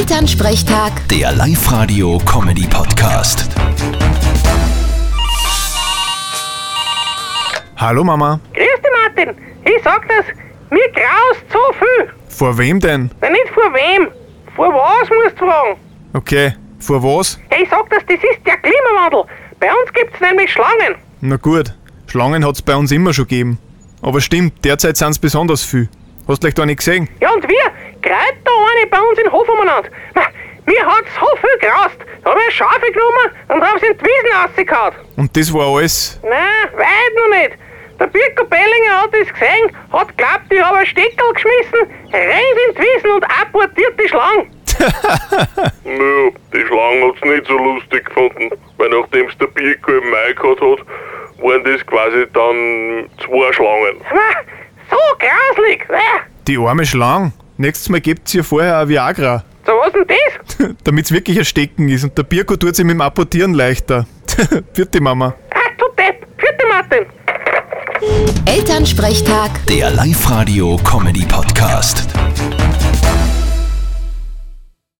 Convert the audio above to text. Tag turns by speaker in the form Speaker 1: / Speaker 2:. Speaker 1: Elternsprechtag,
Speaker 2: Der Live-Radio-Comedy-Podcast.
Speaker 3: Hallo Mama,
Speaker 4: Grüß dich, Martin. Ich sag das, mir graust so viel.
Speaker 3: vor wem denn?
Speaker 4: Na, nicht vor wem. Vor was musst du fragen?
Speaker 3: Okay, vor was?
Speaker 4: Hey, ich sag das, das ist der Klimawandel. Bei uns gibt's nämlich Schlangen.
Speaker 3: Na gut, Schlangen hat's bei uns immer schon gegeben. Aber stimmt, derzeit sind's besonders viel. Hast gleich da nicht gesehen?
Speaker 4: Ja, und wir, gerade da eine bei uns in den Hof umeinander. Na, mir hat so viel graust. Da hab ich Schafe genommen und hab's in die Wiesen rausgehauen.
Speaker 3: Und das war alles.
Speaker 4: Nein, weit noch nicht. Der Birko Bellinger hat es gesehen, hat glaubt, ich hab einen Steckerl geschmissen, rennt in die Wiesen und apportiert die Schlange.
Speaker 5: Naja, die Schlange hat's nicht so lustig gefunden, weil nachdem's der Birko im Mai gehabt hat, waren das quasi dann zwei Schlangen.
Speaker 4: Na, so grauslig. Na,
Speaker 3: Die arme Schlange. Nächstes Mal gebt's ihr vorher ein Viagra.
Speaker 4: so was denn das?
Speaker 3: Damit's wirklich ein Stecken ist und der Birko tut's ihm im Apportieren leichter. Vierte Mama.
Speaker 4: Ah, du Depp. Vierte Martin.
Speaker 1: Elternsprechtag.
Speaker 2: Der Live-Radio-Comedy-Podcast.